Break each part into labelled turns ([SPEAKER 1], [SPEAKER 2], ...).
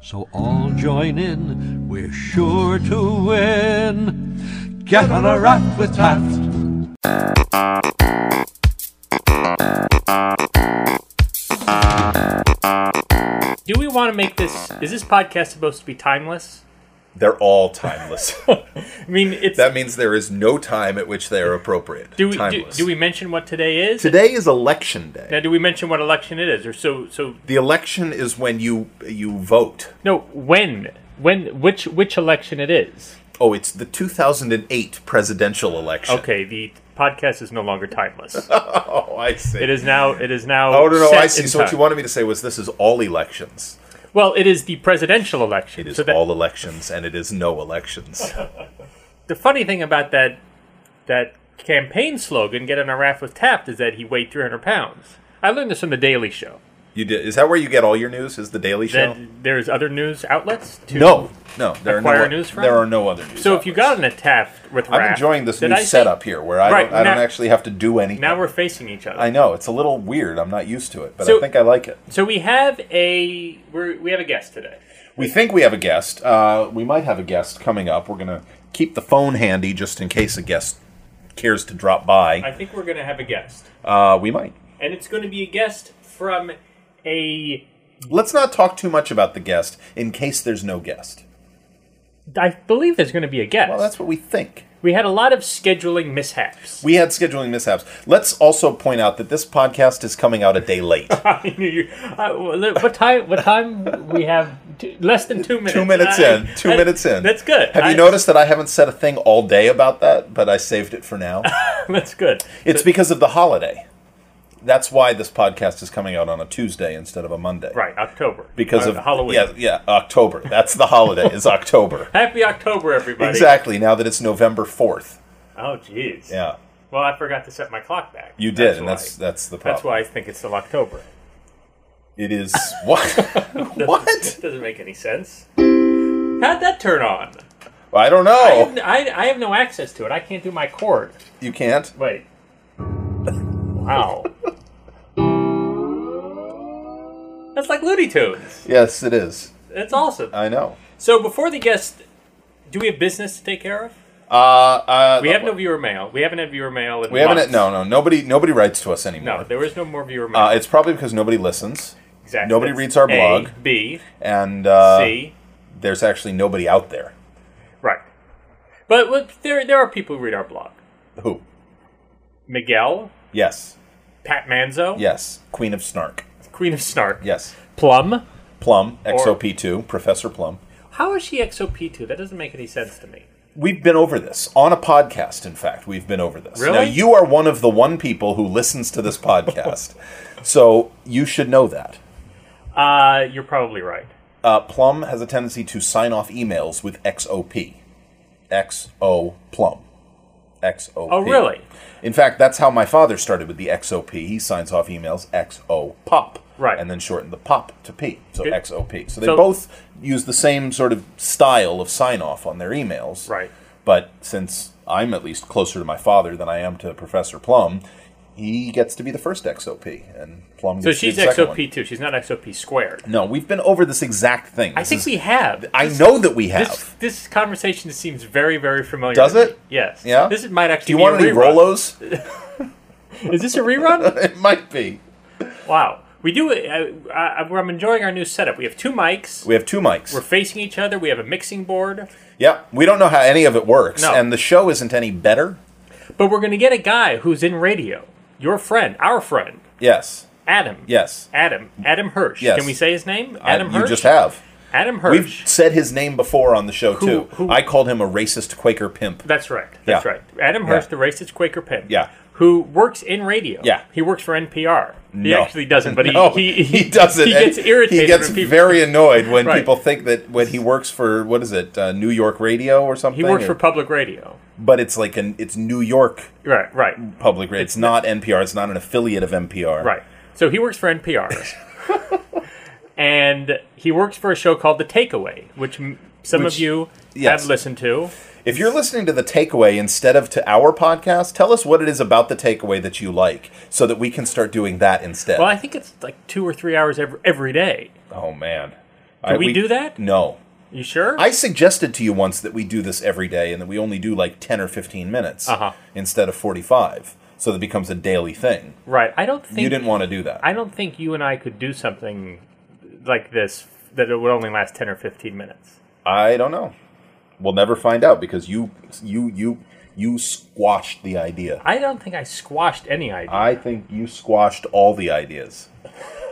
[SPEAKER 1] So all join in, we're sure to win. Get on a raft with Taft.
[SPEAKER 2] Do we want to make this? Is this podcast supposed to be timeless?
[SPEAKER 3] They're all timeless.
[SPEAKER 2] I mean, it's.
[SPEAKER 3] that means there is no time at which they are appropriate.
[SPEAKER 2] do we do,
[SPEAKER 3] timeless.
[SPEAKER 2] do we mention what today is?
[SPEAKER 3] Today is election day.
[SPEAKER 2] Now, do we mention what election it is, or so so?
[SPEAKER 3] The election is when you you vote.
[SPEAKER 2] No, when when which which election it is?
[SPEAKER 3] Oh, it's the 2008 presidential election.
[SPEAKER 2] Okay, the podcast is no longer timeless.
[SPEAKER 3] Oh, I see.
[SPEAKER 2] it is now. It is now.
[SPEAKER 3] Oh no, no,
[SPEAKER 2] set
[SPEAKER 3] I see.
[SPEAKER 2] in
[SPEAKER 3] So what
[SPEAKER 2] time.
[SPEAKER 3] you wanted me to say was this is all elections.
[SPEAKER 2] Well, it is the presidential election.
[SPEAKER 3] It is
[SPEAKER 2] so that,
[SPEAKER 3] all elections, and it is no elections.
[SPEAKER 2] the funny thing about that that campaign slogan "Get on a raft with Taft" is that he weighed 300 pounds. I learned this from the Daily Show.
[SPEAKER 3] You did. Is that where you get all your news? Is the Daily Show?
[SPEAKER 2] That there's other news outlets. To,
[SPEAKER 3] no, no. There are no,
[SPEAKER 2] Acquire
[SPEAKER 3] o-
[SPEAKER 2] news from?
[SPEAKER 3] there are no other news.
[SPEAKER 2] So if you got in a Taft with
[SPEAKER 3] I'm
[SPEAKER 2] raft,
[SPEAKER 3] enjoying this
[SPEAKER 2] did
[SPEAKER 3] new
[SPEAKER 2] I say-
[SPEAKER 3] setup here, where I
[SPEAKER 2] Right,
[SPEAKER 3] don't, I don't
[SPEAKER 2] now-
[SPEAKER 3] actually have to do anything.
[SPEAKER 2] Now we're facing each other.
[SPEAKER 3] I know it's a little weird. I'm not used to it, but
[SPEAKER 2] So-
[SPEAKER 3] I think I like it.
[SPEAKER 2] So we have a we're, we have a guest today.
[SPEAKER 3] We think we have a guest. Uh, we might have a guest coming up. We're gonna keep the phone handy just in case a guest cares to drop
[SPEAKER 2] I
[SPEAKER 3] by.
[SPEAKER 2] think we're going to have a guest,
[SPEAKER 3] Uh, we might.
[SPEAKER 2] and it's going to be a guest from a.
[SPEAKER 3] Let's not talk too much about the guest in case there's no guest.
[SPEAKER 2] I believe there's going to be a guest.
[SPEAKER 3] Well, that's what we think.
[SPEAKER 2] we had a lot of scheduling mishaps.
[SPEAKER 3] We had scheduling mishaps. Let's also point out that this podcast is coming out a day late.
[SPEAKER 2] I knew you. Uh, what time? What time we have? Two, less than two minutes.
[SPEAKER 3] two minutes
[SPEAKER 2] I-
[SPEAKER 3] in. Two
[SPEAKER 2] I-
[SPEAKER 3] minutes in.
[SPEAKER 2] That's good.
[SPEAKER 3] Have
[SPEAKER 2] I-
[SPEAKER 3] you noticed that I haven't said a thing all day about that, but I saved it for now?
[SPEAKER 2] That's good.
[SPEAKER 3] it's because of the holiday. That's why this podcast is coming out on a Tuesday instead of a Monday.
[SPEAKER 2] Right, October.
[SPEAKER 3] Because
[SPEAKER 2] Uh,
[SPEAKER 3] of
[SPEAKER 2] Halloween.
[SPEAKER 3] Yeah, yeah, October. That's the holiday. is October.
[SPEAKER 2] Happy October, everybody.
[SPEAKER 3] Exactly. Now that it's November 4th.
[SPEAKER 2] Oh, jeez.
[SPEAKER 3] Yeah.
[SPEAKER 2] Well, I forgot to set my clock back.
[SPEAKER 3] You did, and
[SPEAKER 2] why.
[SPEAKER 3] that's that's the problem.
[SPEAKER 2] that's why I think it's still October.
[SPEAKER 3] It is what? what?
[SPEAKER 2] Doesn't make any sense. How'd that turn on?
[SPEAKER 3] I don't
[SPEAKER 2] I, have,
[SPEAKER 3] know.
[SPEAKER 2] I, I have no access to it. I can't do my cord.
[SPEAKER 3] You can't.
[SPEAKER 2] Wait. Wow. That's like Looney Tunes.
[SPEAKER 3] Yes, it is.
[SPEAKER 2] That's awesome.
[SPEAKER 3] I know.
[SPEAKER 2] So before the guest, do we have business to take care of?
[SPEAKER 3] Uh, uh,
[SPEAKER 2] We have no viewer mail. We haven't had viewer mail in
[SPEAKER 3] We haven't.
[SPEAKER 2] months.
[SPEAKER 3] No, no. Nobody. Nobody writes to us
[SPEAKER 2] No,
[SPEAKER 3] anymore.
[SPEAKER 2] there is no more viewer mail.
[SPEAKER 3] Uh, it's probably because nobody listens,
[SPEAKER 2] exactly.
[SPEAKER 3] nobody
[SPEAKER 2] That's
[SPEAKER 3] reads our
[SPEAKER 2] A,
[SPEAKER 3] blog.
[SPEAKER 2] B,
[SPEAKER 3] and uh,
[SPEAKER 2] C.
[SPEAKER 3] there's actually nobody out there.
[SPEAKER 2] Right. But look, there there are people who read our blog.
[SPEAKER 3] Who?
[SPEAKER 2] Miguel,
[SPEAKER 3] Yes.
[SPEAKER 2] Pat Manzo,
[SPEAKER 3] Yes. Queen of Snark.
[SPEAKER 2] Queen of Snark,
[SPEAKER 3] Yes.
[SPEAKER 2] Plum.
[SPEAKER 3] Plum. XOP2. Professor Plum.
[SPEAKER 2] How is she XOP2? That doesn't make any sense to me.
[SPEAKER 3] We've been over this on a podcast. In fact, we've been over this. Now
[SPEAKER 2] Really?
[SPEAKER 3] you are one of the one people who listens to this podcast, so you should know that.
[SPEAKER 2] Uh, you're probably right.
[SPEAKER 3] Uh, Plum has a tendency to sign off emails with XOP. XO Plum. XOP.
[SPEAKER 2] Oh, really?
[SPEAKER 3] In fact, that's how my father started with the XOP. He signs off emails XO Pop.
[SPEAKER 2] Right.
[SPEAKER 3] And then shortened the pop to P. So
[SPEAKER 2] Good.
[SPEAKER 3] XOP. So they
[SPEAKER 2] So-
[SPEAKER 3] both use the same sort of style of sign off on their emails.
[SPEAKER 2] Right.
[SPEAKER 3] But since I'm at least closer to my father than I am to Professor Plum, he gets to be the first XOP. And Plum
[SPEAKER 2] So
[SPEAKER 3] gets
[SPEAKER 2] she's
[SPEAKER 3] to be the second one.
[SPEAKER 2] XOP2. She's not XOP squared.
[SPEAKER 3] No, we've been over this exact thing.
[SPEAKER 2] I
[SPEAKER 3] This
[SPEAKER 2] think
[SPEAKER 3] is-
[SPEAKER 2] we have.
[SPEAKER 3] I know that we have.
[SPEAKER 2] This, this conversation seems very, very familiar.
[SPEAKER 3] Does
[SPEAKER 2] to me.
[SPEAKER 3] it?
[SPEAKER 2] Yes.
[SPEAKER 3] Yeah.
[SPEAKER 2] This might actually
[SPEAKER 3] Do you
[SPEAKER 2] be
[SPEAKER 3] want
[SPEAKER 2] a
[SPEAKER 3] any
[SPEAKER 2] rerun.
[SPEAKER 3] Rolos?
[SPEAKER 2] Is this a rerun?
[SPEAKER 3] It might be.
[SPEAKER 2] wow. We do. Uh, I, I'm enjoying our new setup. We have two mics.
[SPEAKER 3] We have two mics.
[SPEAKER 2] We're facing each other. We have a mixing board.
[SPEAKER 3] yep. We don't know how any of it works,
[SPEAKER 2] No.
[SPEAKER 3] and the show isn't any better.
[SPEAKER 2] But we're going to get a guy who's in radio. Your friend, our friend,
[SPEAKER 3] Yes.
[SPEAKER 2] Adam.
[SPEAKER 3] Yes.
[SPEAKER 2] Adam. Adam Hirsch.
[SPEAKER 3] Yes.
[SPEAKER 2] Can we say his name?
[SPEAKER 3] I-
[SPEAKER 2] Adam
[SPEAKER 3] you
[SPEAKER 2] Hirsch.
[SPEAKER 3] just have.
[SPEAKER 2] Adam
[SPEAKER 3] We've
[SPEAKER 2] Hirsch.
[SPEAKER 3] said his name before on the show
[SPEAKER 2] Who-
[SPEAKER 3] too.
[SPEAKER 2] who-
[SPEAKER 3] I called him a racist Quaker pimp.
[SPEAKER 2] That's right. That's
[SPEAKER 3] Yeah.
[SPEAKER 2] right. Adam Hirsch,
[SPEAKER 3] Yeah.
[SPEAKER 2] the racist Quaker pimp.
[SPEAKER 3] Yeah.
[SPEAKER 2] Who works in radio.
[SPEAKER 3] Yeah.
[SPEAKER 2] He works for NPR. He
[SPEAKER 3] No.
[SPEAKER 2] actually doesn't, but he,
[SPEAKER 3] No,
[SPEAKER 2] he,
[SPEAKER 3] doesn't.
[SPEAKER 2] He gets
[SPEAKER 3] And
[SPEAKER 2] irritated
[SPEAKER 3] He gets
[SPEAKER 2] when people.
[SPEAKER 3] very annoyed when
[SPEAKER 2] Right.
[SPEAKER 3] people think that when he works for what is it, uh, New York radio or something.
[SPEAKER 2] he works for
[SPEAKER 3] or-
[SPEAKER 2] public radio.
[SPEAKER 3] but it's like an it's New York
[SPEAKER 2] Right, right,
[SPEAKER 3] public radio. It's not NPR. It's not an affiliate of NPR.
[SPEAKER 2] right. So he works for NPR. and he works for a show called The Takeaway, which m- some
[SPEAKER 3] Which-
[SPEAKER 2] of you
[SPEAKER 3] yes.
[SPEAKER 2] have listened to.
[SPEAKER 3] If you're listening to the takeaway instead of to our podcast, tell us what it is about the takeaway that you like, so that we can start doing that instead.
[SPEAKER 2] Well, I think it's like two or three hours every, every day.
[SPEAKER 3] Oh man, I-
[SPEAKER 2] we do that?
[SPEAKER 3] No.
[SPEAKER 2] You sure?
[SPEAKER 3] I suggested to you once that we do this every day and that we only do like 10 or 15 minutes
[SPEAKER 2] Uh-huh.
[SPEAKER 3] instead of 45. So that it becomes a daily thing.
[SPEAKER 2] right. I don't think
[SPEAKER 3] you didn't want to do that.
[SPEAKER 2] I don't think you and I could do something like this that it would only last ten or fifteen minutes.
[SPEAKER 3] I don't know. We'll never find out because you you you you squashed the idea.
[SPEAKER 2] I don't think I squashed any idea.
[SPEAKER 3] I think you squashed all the ideas.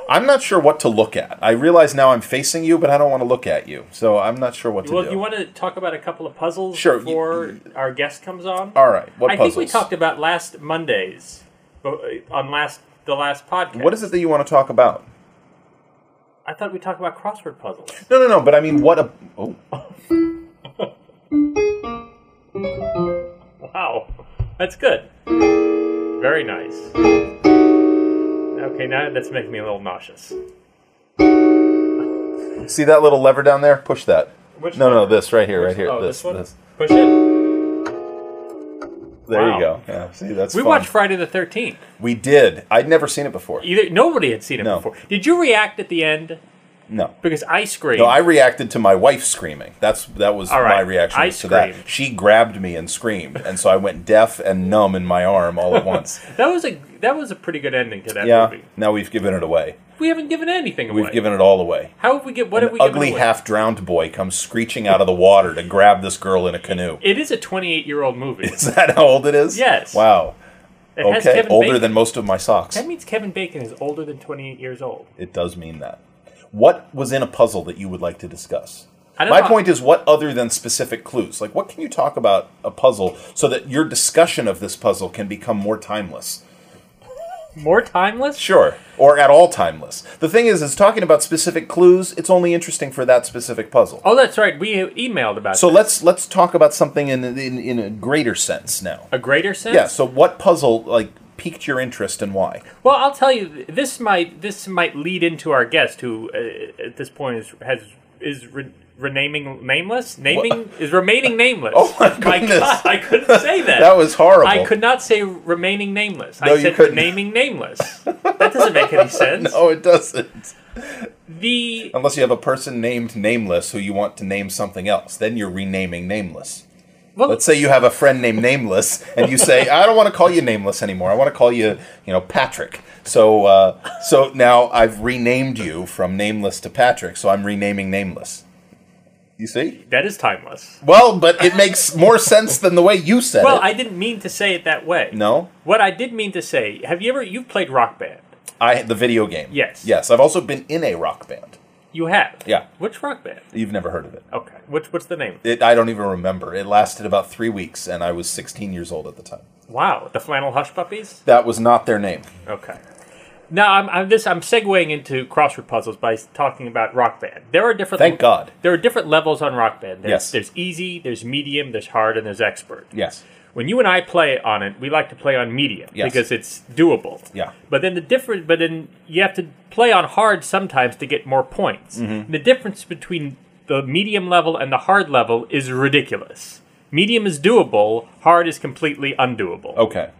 [SPEAKER 3] I'm not sure what to look at. I realize now I'm facing you, but I don't want to look at you. So I'm not sure what to
[SPEAKER 2] well,
[SPEAKER 3] do.
[SPEAKER 2] you want to talk about a couple of puzzles
[SPEAKER 3] Sure, you-
[SPEAKER 2] before our guest comes on?
[SPEAKER 3] all right. What
[SPEAKER 2] I
[SPEAKER 3] puzzles?
[SPEAKER 2] think we talked about last Mondays bu- on last the last podcast.
[SPEAKER 3] What is it that you want to talk about?
[SPEAKER 2] I thought we talked about crossword puzzles.
[SPEAKER 3] No, no, no. But I mean, what a oh.
[SPEAKER 2] Wow, that's good. Very nice. Okay, now that's making me a little nauseous.
[SPEAKER 3] See that little lever down there? Push that.
[SPEAKER 2] Which
[SPEAKER 3] no, no,
[SPEAKER 2] lever?
[SPEAKER 3] this right here, right here.
[SPEAKER 2] Oh,
[SPEAKER 3] this,
[SPEAKER 2] this, one.
[SPEAKER 3] this.
[SPEAKER 2] Push it.
[SPEAKER 3] There
[SPEAKER 2] Wow.
[SPEAKER 3] you go. Yeah, see, that's
[SPEAKER 2] We
[SPEAKER 3] fun.
[SPEAKER 2] watched Friday the Thirteenth.
[SPEAKER 3] We did. I'd never seen it before.
[SPEAKER 2] Either nobody had seen it
[SPEAKER 3] No.
[SPEAKER 2] before. Did you react at the end?
[SPEAKER 3] No.
[SPEAKER 2] Because I screamed.
[SPEAKER 3] No, I reacted to my wife screaming. That's that was
[SPEAKER 2] All right.
[SPEAKER 3] my reaction
[SPEAKER 2] I
[SPEAKER 3] to that.
[SPEAKER 2] screamed.
[SPEAKER 3] She grabbed me and screamed, and so I went deaf and numb in my arm all at once.
[SPEAKER 2] that was a that was a pretty good ending to that
[SPEAKER 3] yeah.
[SPEAKER 2] movie.
[SPEAKER 3] Now we've given it away.
[SPEAKER 2] We haven't given anything away.
[SPEAKER 3] We've given it all away.
[SPEAKER 2] How have we get? What have
[SPEAKER 3] An
[SPEAKER 2] we? given
[SPEAKER 3] ugly
[SPEAKER 2] away?
[SPEAKER 3] half-drowned boy comes screeching out of the water to grab this girl in a canoe.
[SPEAKER 2] It is a 28 year old movie.
[SPEAKER 3] Is that how old it is?
[SPEAKER 2] Yes.
[SPEAKER 3] Wow.
[SPEAKER 2] It has
[SPEAKER 3] Okay.
[SPEAKER 2] Kevin
[SPEAKER 3] Older
[SPEAKER 2] Bacon.
[SPEAKER 3] than most of my socks.
[SPEAKER 2] That means Kevin Bacon is older than 28 years old.
[SPEAKER 3] It does mean that. What was in a puzzle that you would like to discuss?
[SPEAKER 2] I don't
[SPEAKER 3] My
[SPEAKER 2] know.
[SPEAKER 3] point is, what other than specific clues? Like, what can you talk about a puzzle so that your discussion of this puzzle can become more timeless?
[SPEAKER 2] More timeless?
[SPEAKER 3] Sure, or at all timeless. The thing is, is talking about specific clues. It's only interesting for that specific puzzle.
[SPEAKER 2] Oh, that's right. We emailed about
[SPEAKER 3] So
[SPEAKER 2] that.
[SPEAKER 3] let's let's talk about something in in, in a greater sense now.
[SPEAKER 2] a greater sense.
[SPEAKER 3] Yeah. So what puzzle like piqued your interest and why?
[SPEAKER 2] Well, I'll tell you. This might this might lead into our guest, who uh, at this point is has is re- renaming nameless, naming is remaining nameless.
[SPEAKER 3] Oh my goodness.
[SPEAKER 2] God, I couldn't say that.
[SPEAKER 3] That was horrible.
[SPEAKER 2] I could not say remaining nameless.
[SPEAKER 3] No,
[SPEAKER 2] I
[SPEAKER 3] you
[SPEAKER 2] said
[SPEAKER 3] couldn't.
[SPEAKER 2] renaming nameless. That doesn't make any sense.
[SPEAKER 3] Oh, it doesn't.
[SPEAKER 2] The
[SPEAKER 3] Unless you have a person named Nameless who you want to name something else, then you're renaming Nameless.
[SPEAKER 2] well,
[SPEAKER 3] Let's say you have a friend named Nameless, and you say, "I don't want to call you Nameless anymore. I want to call you, you know, Patrick." So, uh, so now I've renamed you from Nameless to Patrick. So I'm renaming Nameless. You see?
[SPEAKER 2] that is timeless.
[SPEAKER 3] Well, but it makes more sense than the way you said
[SPEAKER 2] Well,
[SPEAKER 3] it.
[SPEAKER 2] I didn't mean to say it that way.
[SPEAKER 3] no,
[SPEAKER 2] What I did mean to say, have you ever you've played Rock Band?
[SPEAKER 3] I the video game.
[SPEAKER 2] Yes.
[SPEAKER 3] yes. I've also been in a rock band.
[SPEAKER 2] You have.
[SPEAKER 3] Yeah.
[SPEAKER 2] Which Rock Band?
[SPEAKER 3] You've never heard of it.
[SPEAKER 2] Okay. What's what's the name?
[SPEAKER 3] it? I don't even remember. It lasted about three weeks, and I was 16 years old at the time.
[SPEAKER 2] Wow, the Flannel Hush Puppies.
[SPEAKER 3] That was not their name.
[SPEAKER 2] Okay. Now I'm, I'm this I'm segueing into crossword puzzles by s- talking about Rock Band. There are different.
[SPEAKER 3] Thank God.
[SPEAKER 2] There are different levels on Rock Band. There's,
[SPEAKER 3] Yes.
[SPEAKER 2] There's easy, there's medium, there's hard, and there's expert.
[SPEAKER 3] Yes.
[SPEAKER 2] When you and I play on it, we like to play on medium
[SPEAKER 3] Yes.
[SPEAKER 2] because it's doable.
[SPEAKER 3] Yeah.
[SPEAKER 2] But then the difference, but then you have to play on hard sometimes to get more points.
[SPEAKER 3] Mm-hmm.
[SPEAKER 2] The difference between the medium level and the hard level is ridiculous. Medium is doable, hard is completely undoable.
[SPEAKER 3] Okay.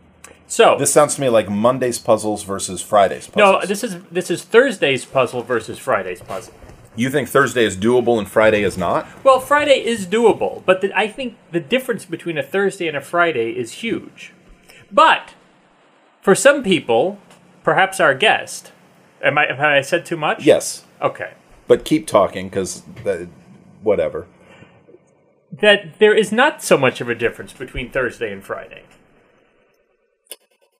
[SPEAKER 2] So
[SPEAKER 3] This sounds to me like Monday's puzzles versus Friday's puzzles.
[SPEAKER 2] no, this is this is Thursday's puzzle versus Friday's puzzle.
[SPEAKER 3] you think Thursday is doable and Friday is not?
[SPEAKER 2] Well, Friday is doable, but the, I think the difference between a Thursday and a Friday is huge. But for some people, perhaps our guest, am I have I said too much?
[SPEAKER 3] Yes.
[SPEAKER 2] Okay.
[SPEAKER 3] But keep talking because whatever.
[SPEAKER 2] That there is not so much of a difference between Thursday and Friday.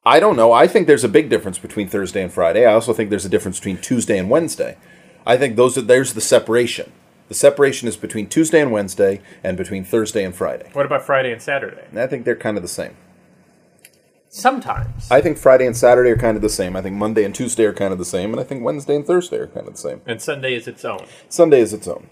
[SPEAKER 3] I don't know. I think there's a big difference between Thursday and Friday. I also think there's a difference between Tuesday and Wednesday. I think those are, there's the separation. The separation is between Tuesday and Wednesday and between Thursday and Friday.
[SPEAKER 2] What about Friday and Saturday?
[SPEAKER 3] And I think they're kind of the same.
[SPEAKER 2] Sometimes.
[SPEAKER 3] I think Friday and Saturday are kind of the same. I think Monday and Tuesday are kind of the same, and I think Wednesday and Thursday are kind of the same.
[SPEAKER 2] and Sunday is its own.
[SPEAKER 3] Sunday is its own.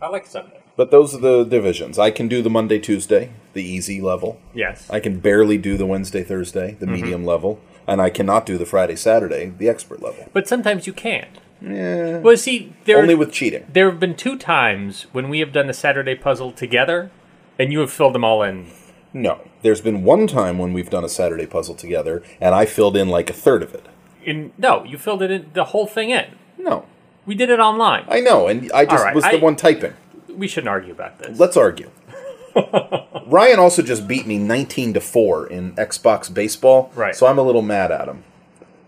[SPEAKER 2] I like Sunday.
[SPEAKER 3] But those are the divisions. I can do the Monday, Tuesday, the easy level.
[SPEAKER 2] Yes.
[SPEAKER 3] I can barely do the Wednesday, Thursday, the medium level. And I cannot do the Friday, Saturday, the expert level.
[SPEAKER 2] but sometimes you can't. Yeah. Well, see, there
[SPEAKER 3] Only with cheating.
[SPEAKER 2] There have been two times when we have done the Saturday puzzle together, and you have filled them all in.
[SPEAKER 3] No. There's been one time when we've done a Saturday puzzle together, and I filled in like a third of it.
[SPEAKER 2] In no, you filled it in the whole thing in.
[SPEAKER 3] No.
[SPEAKER 2] We did it online.
[SPEAKER 3] I know, and I just
[SPEAKER 2] right,
[SPEAKER 3] was
[SPEAKER 2] I-
[SPEAKER 3] the one typing.
[SPEAKER 2] We shouldn't argue about this.
[SPEAKER 3] Let's argue. Ryan also just beat me 19 to 4 in Xbox baseball.
[SPEAKER 2] Right.
[SPEAKER 3] So I'm a little mad at him.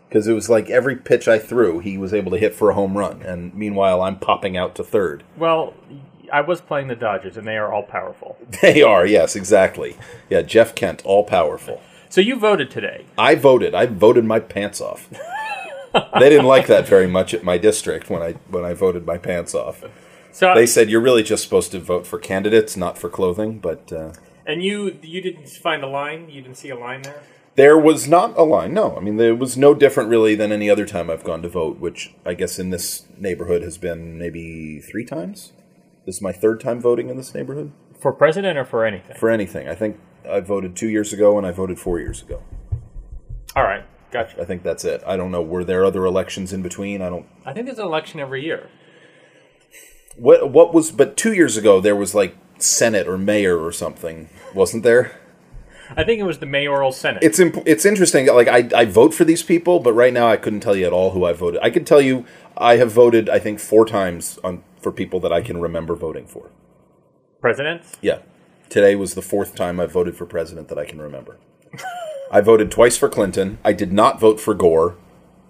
[SPEAKER 3] Because it was like every pitch I threw, he was able to hit for a home run. And meanwhile, I'm popping out to third.
[SPEAKER 2] Well, I was playing the Dodgers, and they are all powerful.
[SPEAKER 3] They are, yes, exactly. Yeah, Jeff Kent, all powerful.
[SPEAKER 2] So you voted today.
[SPEAKER 3] I voted. I voted my pants off. they didn't like that very much at my district when I when I voted my pants off.
[SPEAKER 2] So
[SPEAKER 3] They said you're really just supposed to vote for candidates, not for clothing. But uh,
[SPEAKER 2] and you you didn't find a line. You didn't see a line there.
[SPEAKER 3] There was not a line. No, I mean there was no different really than any other time I've gone to vote, which I guess in this neighborhood has been maybe three times. This is my third time voting in this neighborhood
[SPEAKER 2] For president or for anything?
[SPEAKER 3] for anything. I think I voted two years ago and I voted four years ago.
[SPEAKER 2] All right, gotcha.
[SPEAKER 3] I think that's it. I don't know. Were there other elections in between? I don't.
[SPEAKER 2] I think there's an election every year.
[SPEAKER 3] What what was? But two years ago there was like senate or mayor or something, wasn't there?
[SPEAKER 2] I think it was the mayoral senate.
[SPEAKER 3] it's imp- it's interesting. Like I I vote for these people, but right now I couldn't tell you at all who I voted. I could tell you I have voted I think four times on for people that I can remember voting for.
[SPEAKER 2] Presidents.
[SPEAKER 3] Yeah, today was the fourth time I voted for president that I can remember. I voted twice for Clinton. I did not vote for Gore.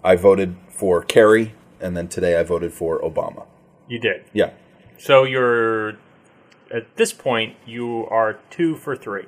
[SPEAKER 3] I voted for Kerry, and then today I voted for Obama.
[SPEAKER 2] You did.
[SPEAKER 3] Yeah,
[SPEAKER 2] So you're at this point you are two for three.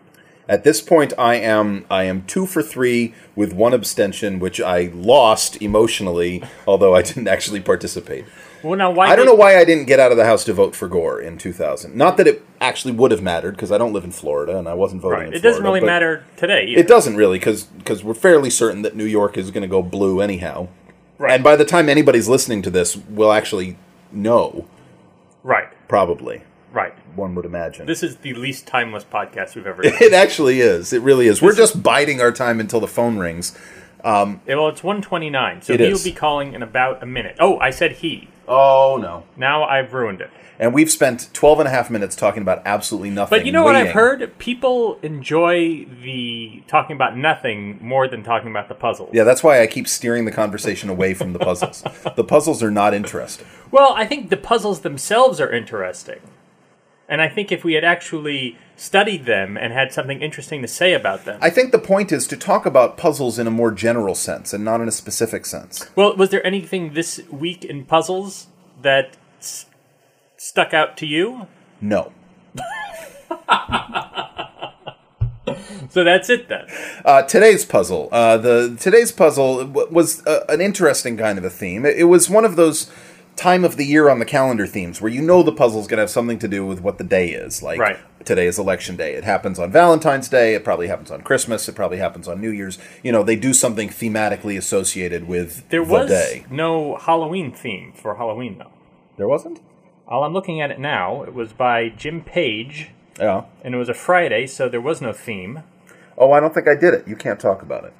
[SPEAKER 3] At this point, I am I am two for three with one abstention, which I lost emotionally, although I didn't actually participate.
[SPEAKER 2] Well, now why?
[SPEAKER 3] I don't
[SPEAKER 2] did-
[SPEAKER 3] know why I didn't get out of the house to vote for Gore in 2000. Not that it actually would have mattered because I don't live in Florida and I wasn't voting.
[SPEAKER 2] Right.
[SPEAKER 3] in
[SPEAKER 2] It doesn't really
[SPEAKER 3] Florida, but
[SPEAKER 2] matter today. Either.
[SPEAKER 3] It doesn't really because we're fairly certain that New York is going to go blue anyhow.
[SPEAKER 2] Right.
[SPEAKER 3] And by the time anybody's listening to this, we'll actually know
[SPEAKER 2] right.
[SPEAKER 3] probably.
[SPEAKER 2] Right.
[SPEAKER 3] One would imagine.
[SPEAKER 2] This is the least timeless podcast we've ever done.
[SPEAKER 3] it actually is. It really is. We're just biding our time until the phone rings.
[SPEAKER 2] well, it's 129, so
[SPEAKER 3] It
[SPEAKER 2] he'll
[SPEAKER 3] is.
[SPEAKER 2] be calling in about a minute. Oh, I said he.
[SPEAKER 3] Oh no.
[SPEAKER 2] Now I've ruined it.
[SPEAKER 3] And we've spent 12 and a half minutes talking about absolutely nothing.
[SPEAKER 2] But you know what I've
[SPEAKER 3] waiting.
[SPEAKER 2] heard? People enjoy the talking about nothing more than talking about the puzzles.
[SPEAKER 3] Yeah, that's why I keep steering the conversation away from the puzzles. the puzzles are not interesting.
[SPEAKER 2] Well, I think the puzzles themselves are interesting. And I think if we had actually studied them and had something interesting to say about them.
[SPEAKER 3] I think the point is to talk about puzzles in a more general sense and not in a specific sense.
[SPEAKER 2] well, was there anything this week in puzzles that s- stuck out to you?
[SPEAKER 3] No.
[SPEAKER 2] So that's it then.
[SPEAKER 3] Uh, today's puzzle. Uh, the today's puzzle w- was uh an interesting kind of a theme. It, it was one of those time of the year on the calendar themes where you know the puzzle's going to have something to do with what the day is. Like
[SPEAKER 2] Right.
[SPEAKER 3] today is election day. It happens on Valentine's Day. It probably happens on Christmas. It probably happens on New Year's. You know, they do something thematically associated with
[SPEAKER 2] There
[SPEAKER 3] the
[SPEAKER 2] was
[SPEAKER 3] day.
[SPEAKER 2] no Halloween theme for Halloween, though.
[SPEAKER 3] There wasn't.
[SPEAKER 2] All I'm looking at it now, it was by Jim Page,
[SPEAKER 3] Yeah.
[SPEAKER 2] and it was a Friday, so there was no theme.
[SPEAKER 3] Oh, I don't think I did it. You can't talk about it.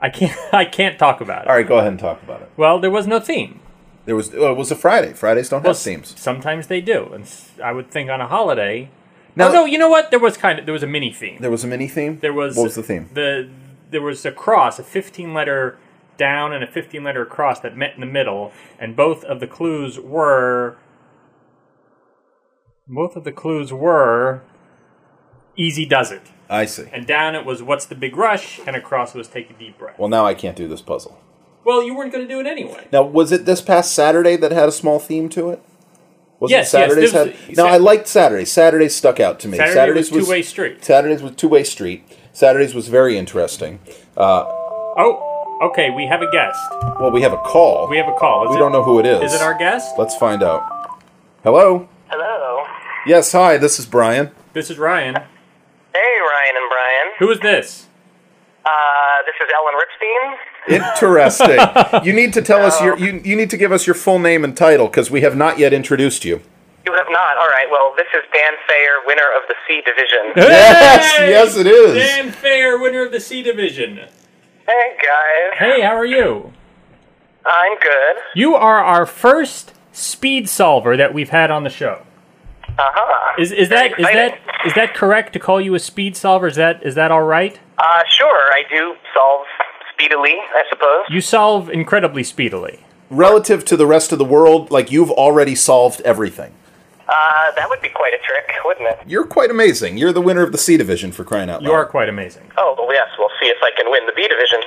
[SPEAKER 2] I can't. I can't talk about it.
[SPEAKER 3] All right, go ahead and talk about it.
[SPEAKER 2] Well, there was no theme.
[SPEAKER 3] There was. Oh, it was a Friday. Fridays don't have themes.
[SPEAKER 2] Sometimes they do, and s- I would think on a holiday.
[SPEAKER 3] Now-
[SPEAKER 2] oh no, you know what? There was kind of there was a mini theme.
[SPEAKER 3] There was a mini theme.
[SPEAKER 2] There was
[SPEAKER 3] What was the theme?
[SPEAKER 2] The there was a cross, a 15 letter down and a 15 letter cross that met in the middle, and both of the clues were both of the clues were easy does it.
[SPEAKER 3] I see.
[SPEAKER 2] And down it was what's the big rush, and across was take a deep breath.
[SPEAKER 3] Well, now I can't do this puzzle.
[SPEAKER 2] Well, you weren't going to do it anyway.
[SPEAKER 3] Now, was it this past Saturday that had a small theme to it? Was
[SPEAKER 2] Yes, yes,
[SPEAKER 3] it Saturdays?
[SPEAKER 2] this-
[SPEAKER 3] had, now, I liked Saturdays. Saturdays stuck out to me.
[SPEAKER 2] Saturday
[SPEAKER 3] Saturdays
[SPEAKER 2] was two-way street.
[SPEAKER 3] Saturdays was two-way street. Saturdays was very interesting.
[SPEAKER 2] Oh, okay. We have a guest.
[SPEAKER 3] Well, we have a call.
[SPEAKER 2] We have a call. Is
[SPEAKER 3] we
[SPEAKER 2] it-
[SPEAKER 3] don't know who it is.
[SPEAKER 2] Is it our guest?
[SPEAKER 3] Let's find out. Hello.
[SPEAKER 4] Hello.
[SPEAKER 3] Yes. Hi. This is Brian.
[SPEAKER 2] This is Ryan.
[SPEAKER 4] Hey, Ryan and Brian.
[SPEAKER 2] Who is this?
[SPEAKER 4] Uh, this is Ellen Ripstein.
[SPEAKER 3] Interesting. you need to tell us your you, you need to give us your full name and title because we have not yet introduced you.
[SPEAKER 4] You have not. All right. Well, this is Dan Fayer, winner of the C division.
[SPEAKER 3] Yes. Yes, it is.
[SPEAKER 2] Dan Fair, winner of the C division.
[SPEAKER 4] hey, guys.
[SPEAKER 2] Hey, how are you?
[SPEAKER 4] I'm good.
[SPEAKER 2] You are our first speed solver that we've had on the show.
[SPEAKER 4] Uh huh.
[SPEAKER 2] Is is that is that
[SPEAKER 4] Exciting.
[SPEAKER 2] is that correct to call you a speed solver? Is that is that all right?
[SPEAKER 4] Uh, sure. I do solve speedily, I suppose.
[SPEAKER 2] You solve incredibly speedily.
[SPEAKER 3] relative to the rest of the world, like you've already solved everything.
[SPEAKER 4] Uh, that would be quite a trick, wouldn't it?
[SPEAKER 3] You're quite amazing. You're the winner of the C division for crying out loud.
[SPEAKER 2] You are quite amazing.
[SPEAKER 4] Oh, well, yes, we'll see if I can win the B division.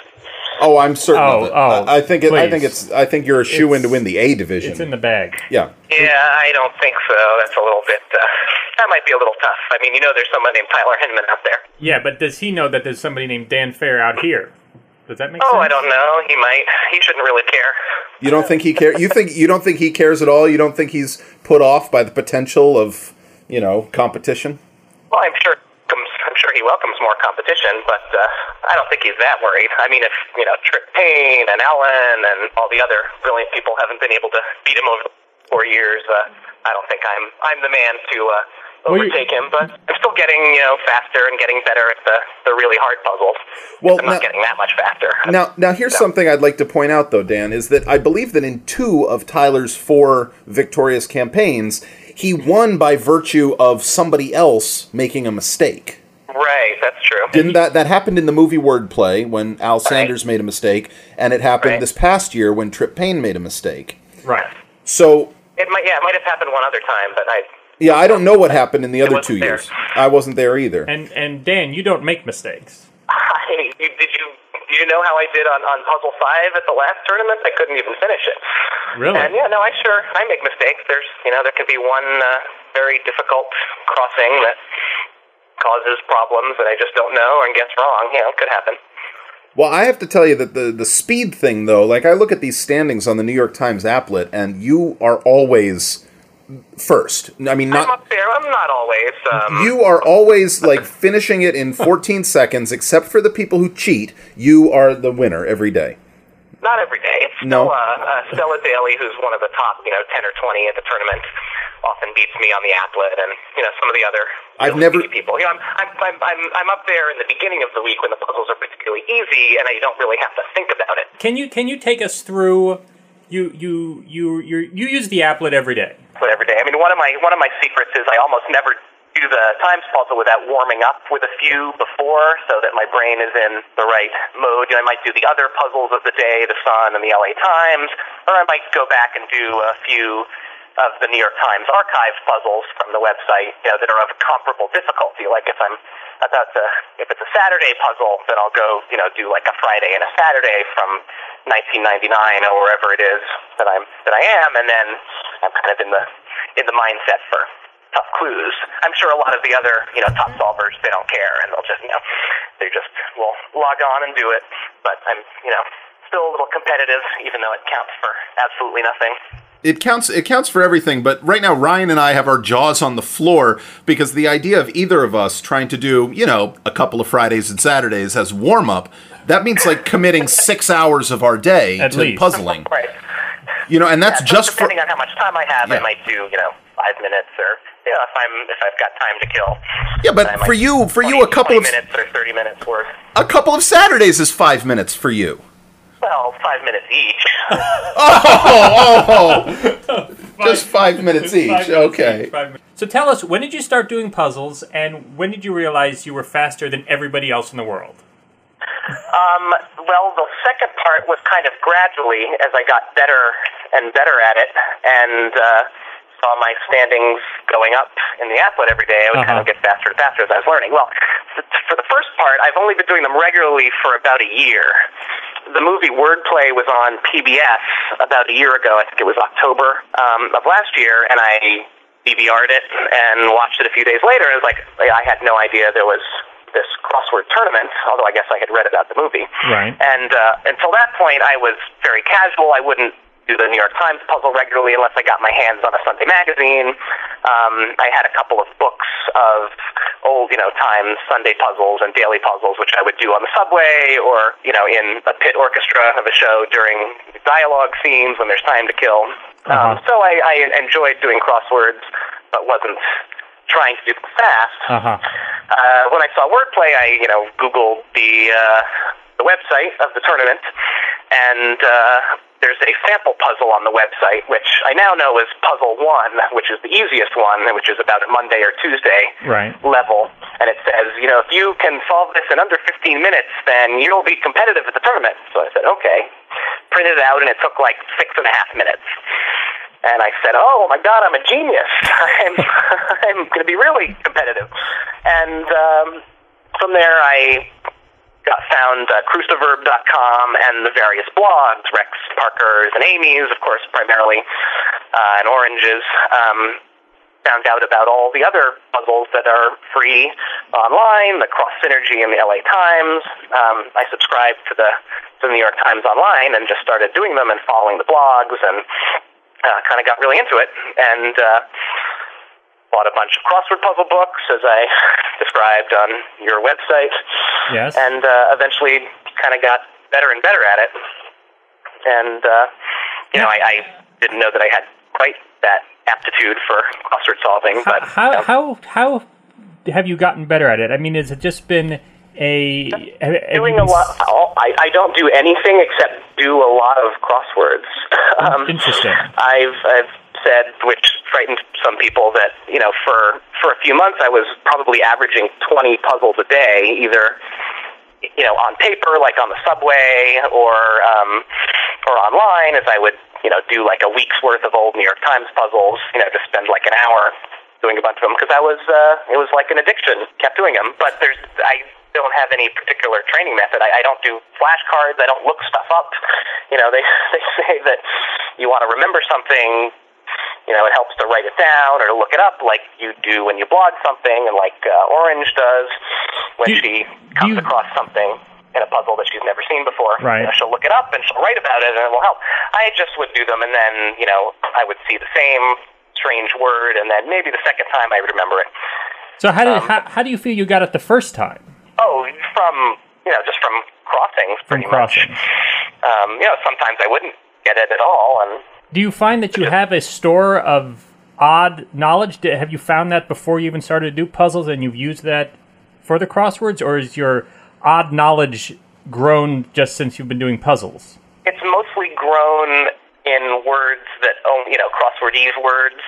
[SPEAKER 3] Oh, I'm certain
[SPEAKER 2] Oh,
[SPEAKER 3] of it.
[SPEAKER 2] oh,
[SPEAKER 3] I I think it, I
[SPEAKER 2] please.
[SPEAKER 3] think it's I think you're a shoe in to win the A division.
[SPEAKER 2] It's in the bag.
[SPEAKER 3] yeah.
[SPEAKER 4] Yeah, I don't think so. That's a little bit, uh, that might be a little tough. I mean, you know there's someone named Tyler Hinman out there.
[SPEAKER 2] Yeah, but does he know that there's somebody named Dan Fair out here? Does that make sense?
[SPEAKER 4] Oh, I don't know. He might. He shouldn't really care.
[SPEAKER 3] You don't think he cares? You think you don't think he cares at all? You don't think he's put off by the potential of you know competition?
[SPEAKER 4] Well, I'm sure. I'm sure he welcomes more competition, but uh, I don't think he's that worried. I mean, if you know Trick Payne and Allen and all the other brilliant people haven't been able to beat him over the four years, uh, I don't think I'm I'm the man to uh,
[SPEAKER 2] Well, you-
[SPEAKER 4] overtake him. But I'm still getting you know faster and getting better at the the really hard puzzles.
[SPEAKER 3] Well,
[SPEAKER 4] I'm
[SPEAKER 3] now-
[SPEAKER 4] not getting that much faster.
[SPEAKER 3] Now, now here's something I'd like to point out, though, Dan, is that I believe that in two of Tyler's four victorious campaigns, he won by virtue of somebody else making a mistake.
[SPEAKER 4] right, that's true.
[SPEAKER 3] Didn't that that happened in the movie Wordplay when Al Sanders made a mistake, and it happened
[SPEAKER 4] Right.
[SPEAKER 3] this past year when Trip Payne made a mistake.
[SPEAKER 2] Right.
[SPEAKER 3] So
[SPEAKER 4] It might. Yeah, it might have happened one other time, but I.
[SPEAKER 3] yeah, I don't know what happened in the other two
[SPEAKER 4] wasn't there.
[SPEAKER 3] years. I wasn't there either.
[SPEAKER 2] And and Dan, you don't make mistakes.
[SPEAKER 4] I you, did you do you know how I did on, on puzzle five at the last tournament? I couldn't even finish it.
[SPEAKER 2] Really?
[SPEAKER 4] And yeah, no, I sure I make mistakes. There's you know there can be one uh, very difficult crossing that causes problems that I just don't know and gets wrong. You know, it could happen.
[SPEAKER 3] Well, I have to tell you that the the speed thing though, like I look at these standings on the New York Times applet, and you are always first. I mean,
[SPEAKER 4] I'm
[SPEAKER 3] not
[SPEAKER 4] up there. I'm not always. Um,
[SPEAKER 3] you are always like finishing it in 14 seconds, except for the people who cheat. You are the winner every day.
[SPEAKER 4] Not every day. It's
[SPEAKER 3] No.
[SPEAKER 4] still, uh, uh, Stella Daly, who's one of the top, you know, ten or twenty at the tournament, often beats me on the applet, and you know some of the other.
[SPEAKER 3] I've
[SPEAKER 4] really
[SPEAKER 3] never-
[SPEAKER 4] easy people. You know, I'm, I'm I'm I'm I'm up there in the beginning of the week when the puzzles are particularly easy, and I don't really have to think about it.
[SPEAKER 2] Can you can you take us through you you you you you use the applet every day.
[SPEAKER 4] But every day, I mean, one of my one of my secrets is I almost never do the times puzzle without warming up with a few before, so that my brain is in the right mode. You know, I might do the other puzzles of the day, the Sun and the LA Times, or I might go back and do a few of the New York Times archive puzzles from the website, you know, that are of comparable difficulty. Like if I'm about to, if it's a Saturday puzzle, then I'll go, you know, do like a Friday and a Saturday from 1999 or wherever it is that I'm that I am, and then I'm kind of in the in the mindset for tough clues. I'm sure a lot of the other, you know, top solvers they don't care and they'll just, you know, they just will log on and do it. But I'm, you know, still a little competitive, even though it counts for absolutely nothing.
[SPEAKER 3] It counts. It counts for everything. But right now, Ryan and I have our jaws on the floor because the idea of either of us trying to do, you know, a couple of Fridays and Saturdays as warm up, that means like committing six hours of our day
[SPEAKER 2] At
[SPEAKER 3] to
[SPEAKER 2] least.
[SPEAKER 3] puzzling.
[SPEAKER 4] Right.
[SPEAKER 3] You know, and that's
[SPEAKER 4] Yeah, so
[SPEAKER 3] just for
[SPEAKER 4] depending on how much time I have,
[SPEAKER 3] Yeah.
[SPEAKER 4] I might do, you know, five minutes or you know, if I'm if I've got time to kill.
[SPEAKER 3] Yeah, but
[SPEAKER 4] I might
[SPEAKER 3] for you- for you, a
[SPEAKER 4] 20
[SPEAKER 3] couple
[SPEAKER 4] 20
[SPEAKER 3] of-
[SPEAKER 4] minutes or thirty minutes worth.
[SPEAKER 3] a couple of Saturdays is five minutes for you.
[SPEAKER 4] Well, five minutes each.
[SPEAKER 3] Oh, Just five minutes each.
[SPEAKER 2] Five minutes
[SPEAKER 3] okay.
[SPEAKER 2] each, five minutes. So tell us, when did you start doing puzzles, and when did you realize you were faster than everybody else in the world?
[SPEAKER 4] Um, well, the second part was kind of gradually as I got better and better at it and uh, saw my standings going up in the applet every day. I would kind of
[SPEAKER 2] Uh-huh.
[SPEAKER 4] get faster and faster as I was learning. Well, th- for the first part, I've only been doing them regularly for about a year. The movie Wordplay was on PBS about a year ago. I think it was October um, of last year, and I DVR'd it and watched it a few days later. And it was like I had no idea there was this crossword tournament, although I guess I had read about the movie.
[SPEAKER 2] Right.
[SPEAKER 4] And uh, until that point, I was very casual. I wouldn't do the New York Times puzzle regularly unless I got my hands on a Sunday magazine. Um, I had a couple of books of old, you know, Times Sunday puzzles and daily puzzles, which I would do on the subway or, you know, in a pit orchestra of a show during dialogue scenes when there's time to kill. Um,
[SPEAKER 2] Uh-huh.
[SPEAKER 4] so I, I enjoyed doing crosswords, but wasn't trying to do them fast.
[SPEAKER 2] Uh-huh.
[SPEAKER 4] Uh, when I saw wordplay, I you know Googled the uh, the website of the tournament, and uh, there's a sample puzzle on the website, which I now know is puzzle one, which is the easiest one, which is about a Monday or Tuesday
[SPEAKER 2] Right.
[SPEAKER 4] level, and it says you know if you can solve this in under 15 minutes, then you'll be competitive at the tournament. So I said okay. printed it out, and it took like six and a half minutes. And I said, "Oh my God, I'm a genius! I'm I'm going to be really competitive." And um, from there, I got found uh, cruciverb.com and the various blogs, Rex Parker's and Amy's, of course, primarily, uh, and Orange's. Um, found out about all the other puzzles that are free online, the Cross Synergy and the LA Times. Um, I subscribed to the, to the New York Times online and just started doing them and following the blogs and uh, kind of got really into it. And uh, bought a bunch of crossword puzzle books, as I described on your website.
[SPEAKER 2] Yes.
[SPEAKER 4] And uh, eventually, kind of got better and better at it. And uh, you know, I, I didn't know that I had quite that aptitude for crossword solving, but
[SPEAKER 2] how, how how have you gotten better at it? I mean, has it just been a have- have you
[SPEAKER 4] doing a
[SPEAKER 2] been
[SPEAKER 4] lot. I'll- I, I don't do anything except do a lot of crosswords. um,
[SPEAKER 2] Interesting.
[SPEAKER 4] I've I've said, which frightened some people, that you know, for for a few months, I was probably averaging twenty puzzles a day, either you know on paper, like on the subway, or um, or online, as I would you know do like a week's worth of old New York Times puzzles, you know, just spend like an hour doing a bunch of them because I was uh, it was like an addiction, kept doing them. But there's I don't have any particular training method. I, I don't do flashcards. I don't look stuff up. You know, they they say that you want to remember something. You know, it helps to write it down or to look it up, like you do when you blog something, and like uh, Orange does when
[SPEAKER 2] Do-
[SPEAKER 4] she comes
[SPEAKER 2] do-
[SPEAKER 4] across something in a puzzle that she's never seen before.
[SPEAKER 2] Right.
[SPEAKER 4] You know, she'll look it up and she'll write about it, and it will help. I just would do them, and then you know, I would see the same strange word, and then maybe the second time I would remember it.
[SPEAKER 2] So how did
[SPEAKER 4] um,
[SPEAKER 2] how, how do you feel you got it the first time
[SPEAKER 4] Oh, from you know, just from crossings,
[SPEAKER 2] from
[SPEAKER 4] pretty
[SPEAKER 2] crossing?
[SPEAKER 4] much. Um, you know, sometimes I wouldn't get it at all, and
[SPEAKER 2] Do you find that you have a store of odd knowledge? Did, have you found that before you even started to do puzzles, and you've used that for the crosswords, or is your odd knowledge grown just since you've been doing puzzles?
[SPEAKER 4] it's mostly grown in words that only you know crosswordese words.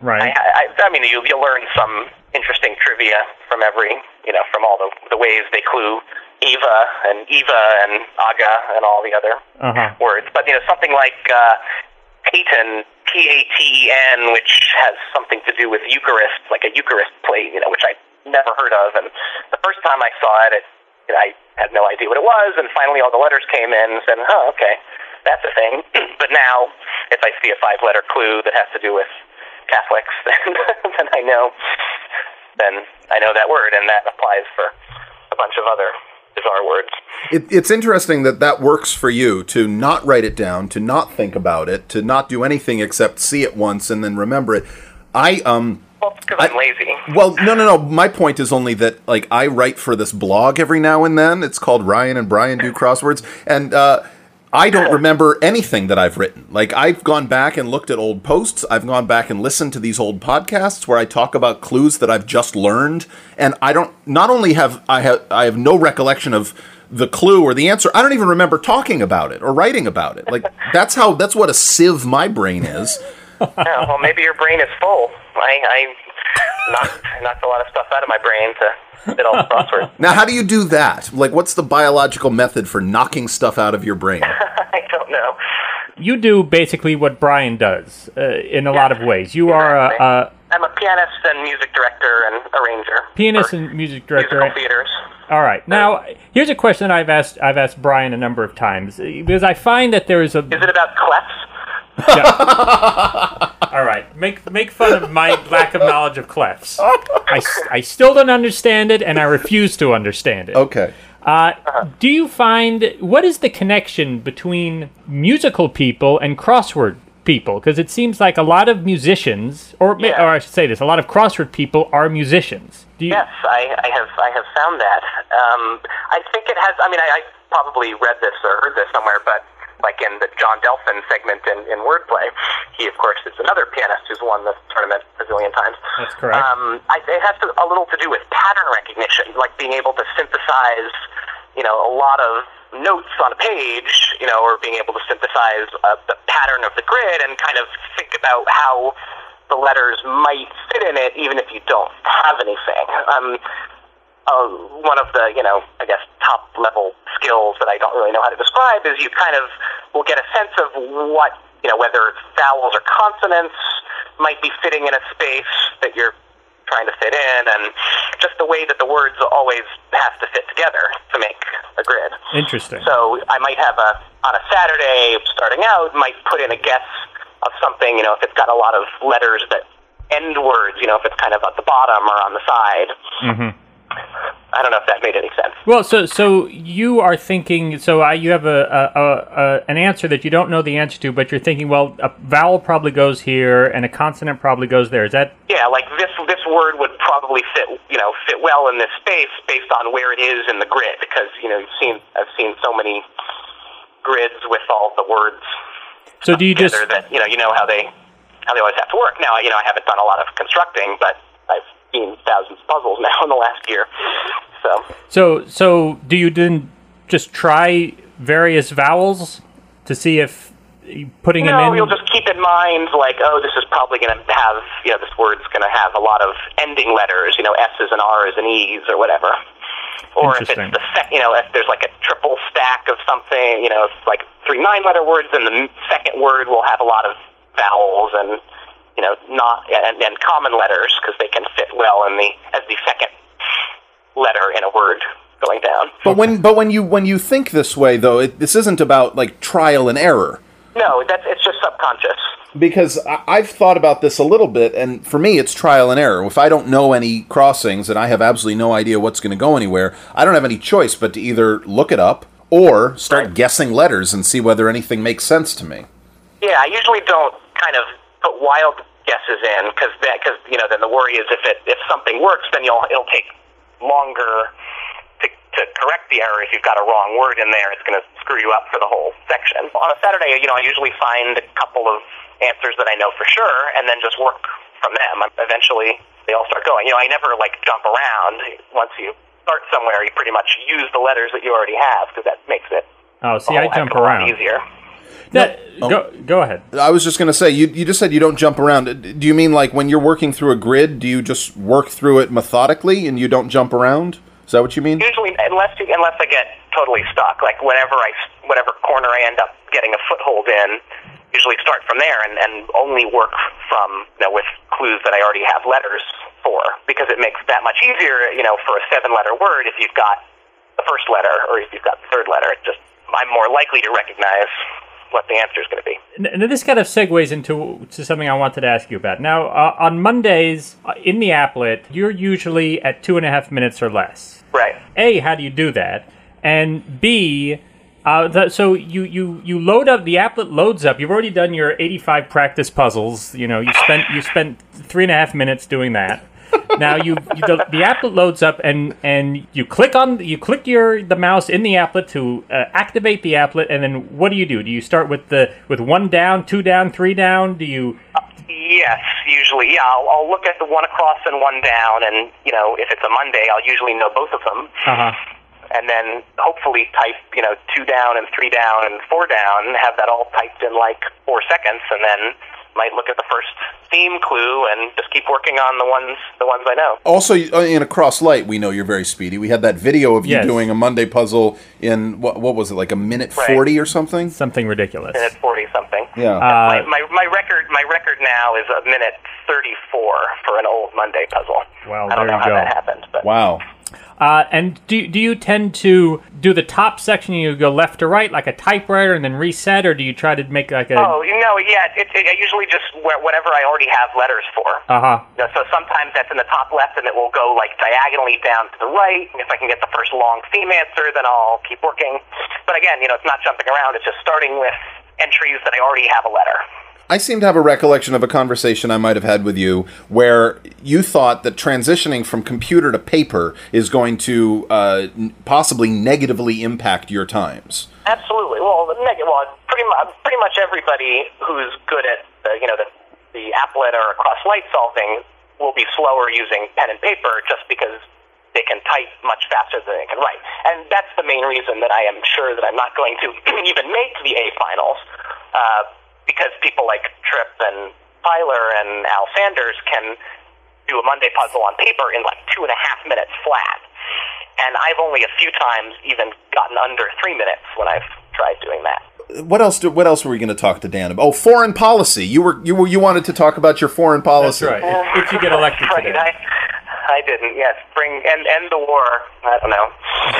[SPEAKER 2] Right.
[SPEAKER 4] I, I, I mean, you you learn some interesting trivia from every you know from all the the ways they clue Eva and Eva and Aga and all the other
[SPEAKER 2] Uh-huh.
[SPEAKER 4] words. But you know something like uh, Peyton, P A T E N, which has something to do with Eucharist, like a Eucharist plate, you know, which I never heard of. And the first time I saw it, it you know, I had no idea what it was. And finally, all the letters came in and said, "Oh, okay, that's a thing." but now, if I see a five-letter clue that has to do with Catholics, then, then I know then I know that word, and that applies for a bunch of other bizarre words.
[SPEAKER 3] It, it's interesting that that works for you to not write it down, to not think about it, to not do anything except see it once and then remember it. I um
[SPEAKER 4] Well, because I'm
[SPEAKER 3] I-
[SPEAKER 4] lazy.
[SPEAKER 3] well no no no my point is only that like I write for this blog every now and then. It's called Ryan and Brian do crosswords and uh I don't remember anything that I've written. Like I've gone back and looked at old posts. I've gone back and listened to these old podcasts where I talk about clues that I've just learned and I don't not only have I have I have no recollection of the clue or the answer. I don't even remember talking about it or writing about it. Like that's how that's what a sieve my brain is.
[SPEAKER 4] Yeah, well, maybe your brain is full. I, I knocked, knocked a lot of stuff out of my brain to fit all the crosswords.
[SPEAKER 3] Now, how do you do that? Like, what's the biological method for knocking stuff out of your brain?
[SPEAKER 4] I don't know.
[SPEAKER 2] You do basically what Brian does uh, in a lot of ways. You are a, a
[SPEAKER 4] I'm a pianist and music director and arranger.
[SPEAKER 2] pianist
[SPEAKER 4] for
[SPEAKER 2] and music
[SPEAKER 4] musical
[SPEAKER 2] director.
[SPEAKER 4] theaters.
[SPEAKER 2] All right. Now, here's a question I've asked I've asked Brian a number of times uh, because I find that there is a
[SPEAKER 4] Is it about clefs?
[SPEAKER 2] All right, make make fun of my lack of knowledge of clefs. I, s- I still don't understand it, and I refuse to understand it.
[SPEAKER 3] Okay.
[SPEAKER 2] Uh,
[SPEAKER 4] Uh-huh.
[SPEAKER 2] do you find what is the connection between musical people and crossword people? Because it seems like a lot of musicians, or ma-
[SPEAKER 4] Yeah.
[SPEAKER 2] or I should say this, a lot of crossword people are musicians. Do you,
[SPEAKER 4] Yes, I, I have I have found that. Um, I think it has. I mean, I, I probably read this or heard this somewhere, but like in the John Delphin segment in, in Wordplay, he of course is another pianist who's won this tournament a zillion times.
[SPEAKER 2] That's correct.
[SPEAKER 4] Um, I, it has to, a little to do with pattern recognition, like being able to synthesize, you know, a lot of notes on a page, you know, or being able to synthesize uh, the pattern of the grid and kind of think about how the letters might fit in it, even if you don't have anything. Um, uh, one of the, you know, I guess top level skills that I don't really know how to describe is you kind of will get a sense of what, you know, whether vowels or consonants might be fitting in a space that you're trying to fit in and just the way that the words always have to fit together to make a grid.
[SPEAKER 2] Interesting.
[SPEAKER 4] So I might have a on a Saturday starting out might put in a guess of something. You know, if it's got a lot of letters that end words. You know, if it's kind of at the bottom or on the side. I don't know if that made any sense.
[SPEAKER 2] Well, so so you are thinking. So I, you have a, a, a, a an answer that you don't know the answer to, but you're thinking. Well, a vowel probably goes here, and a consonant probably goes there. Is that
[SPEAKER 4] Yeah, like this this word would probably fit you know fit well in this space based on where it is in the grid because you know you've seen I've seen so many grids with all the words
[SPEAKER 2] so? Do you just
[SPEAKER 4] together that you know you know how they how they always have to work. Now you know I haven't done a lot of constructing, but I've seen thousands of puzzles now in the last year. So
[SPEAKER 2] so so? Do you then just try various vowels to see if putting them
[SPEAKER 4] no,
[SPEAKER 2] in?
[SPEAKER 4] you'll just keep in mind like oh this is probably going to have you know this word's going to have a lot of ending letters you know s's and r's and e's or whatever. Or if it's
[SPEAKER 2] Interesting.
[SPEAKER 4] the sec- you know if there's like a triple stack of something you know it's like three nine letter words then the second word will have a lot of vowels and you know not and, and common letters because they can fit well in the as the second letter in a word going down.
[SPEAKER 3] But when but when you when you think this way though, it, this isn't about like trial and error.
[SPEAKER 4] No, that's it's just subconscious.
[SPEAKER 3] because I- I've thought about this a little bit, and for me, it's trial and error. If I don't know any crossings and I have absolutely no idea what's going to go anywhere, I don't have any choice but to either look it up or start guessing letters and see whether anything makes sense to me.
[SPEAKER 4] Yeah, I usually don't kind of put wild guesses in because that because you know then the worry is if it if something works then you'll it'll take longer to to correct the error if you've got a wrong word in there it's going to screw you up for the whole section. On a Saturday, you know, I usually find a couple of answers that I know for sure and then just work from them. Eventually, they all start going. You know, I never like jump around. Once you start somewhere, you pretty much use the letters that you already have because that makes it.
[SPEAKER 2] oh, see,
[SPEAKER 4] a
[SPEAKER 2] I
[SPEAKER 4] whole heck
[SPEAKER 2] jump
[SPEAKER 4] of a lot
[SPEAKER 2] around.
[SPEAKER 4] Easier.
[SPEAKER 2] That, go go ahead.
[SPEAKER 3] I was just going to say, you, you just said you don't jump around. D- Do you mean like when you're working through a grid, do you just work through it methodically and you don't jump around? Is that what you mean?
[SPEAKER 4] usually unless you, unless I get totally stuck, like whenever I whatever corner I end up getting a foothold in, usually start from there and, and only work from you know, with clues that I already have letters for because it makes that much easier, you know, for a seven letter word if you've got the first letter or if you've got the third letter. It just I'm more likely to recognize what the answer is going to be.
[SPEAKER 2] Now, this kind of segues into to something I wanted to ask you about. Now, uh, on Mondays uh, in the applet, you're usually at two and a half minutes or less.
[SPEAKER 4] Right.
[SPEAKER 2] A, how do you do that? And B, uh, the, so you, you you load up the applet loads up. You've already done your 85 practice puzzles. You know you spent you spent three and a half minutes doing that. now you, you the, the applet loads up and and you click on you click your the mouse in the applet to uh, activate the applet and then what do you do? Do you start with the with one down, two down, three down? Do you
[SPEAKER 4] Yes, usually. Yeah, I'll, I'll look at the one across and one down, and you know, if it's a Monday, I'll usually know both of them.
[SPEAKER 2] uh
[SPEAKER 4] and then hopefully type, you know, two down and three down and four down, have that all typed in like four seconds, and then might look at the first theme clue and just keep working on the ones the ones I know.
[SPEAKER 3] Also, you- uh, in a cross light, we know you're very speedy. We had that video of you
[SPEAKER 2] Yes.
[SPEAKER 3] doing a Monday puzzle in what, what was it, like a minute
[SPEAKER 4] Right.
[SPEAKER 3] forty or something?
[SPEAKER 2] something ridiculous?
[SPEAKER 4] Minute forty something.
[SPEAKER 3] Yeah.
[SPEAKER 4] My, my my record my record now is a minute thirty four for an old Monday puzzle.
[SPEAKER 2] Well,
[SPEAKER 4] I don't
[SPEAKER 2] there
[SPEAKER 4] know
[SPEAKER 2] you
[SPEAKER 4] how
[SPEAKER 2] go.
[SPEAKER 4] that happened, but
[SPEAKER 3] wow.
[SPEAKER 2] Uh, and do do you tend to do the top section? You go left to right like a typewriter and then reset, or do you try to make like a
[SPEAKER 4] oh you know yeah, it, it, I usually just wh- whatever I already have letters for.
[SPEAKER 2] uh huh?
[SPEAKER 4] You know, so sometimes that's in the top left, and it will go like diagonally down to the right. And if I can get the first long theme answer, then I'll keep working. But again, you know, it's not jumping around. It's just starting with entries that I already have a letter.
[SPEAKER 3] I seem to have a recollection of a conversation I might have had with you where you thought that transitioning from computer to paper is going to uh, n- possibly negatively impact your times.
[SPEAKER 4] Absolutely. Well, the neg- well, pretty much pretty much everybody who's good at the, you know the the applet or cross light solving will be slower using pen and paper just because they can type much faster than they can write, and that's the main reason that I am sure that I'm not going to even make the A finals uh, because people like Tripp and Tyler and Al Sanders can do a Monday puzzle on paper in like two and a half minutes flat. and I've only a few times even gotten under three minutes when I've tried doing that.
[SPEAKER 3] What else? Do, what else were we going to talk to Dan about? Oh, foreign policy. You were you were you wanted to talk about your foreign
[SPEAKER 2] That's
[SPEAKER 3] policy.
[SPEAKER 2] right. If, if you get elected
[SPEAKER 4] Uh, right,
[SPEAKER 2] today.
[SPEAKER 4] I, I didn't. Yes, bring end end the war. I don't know.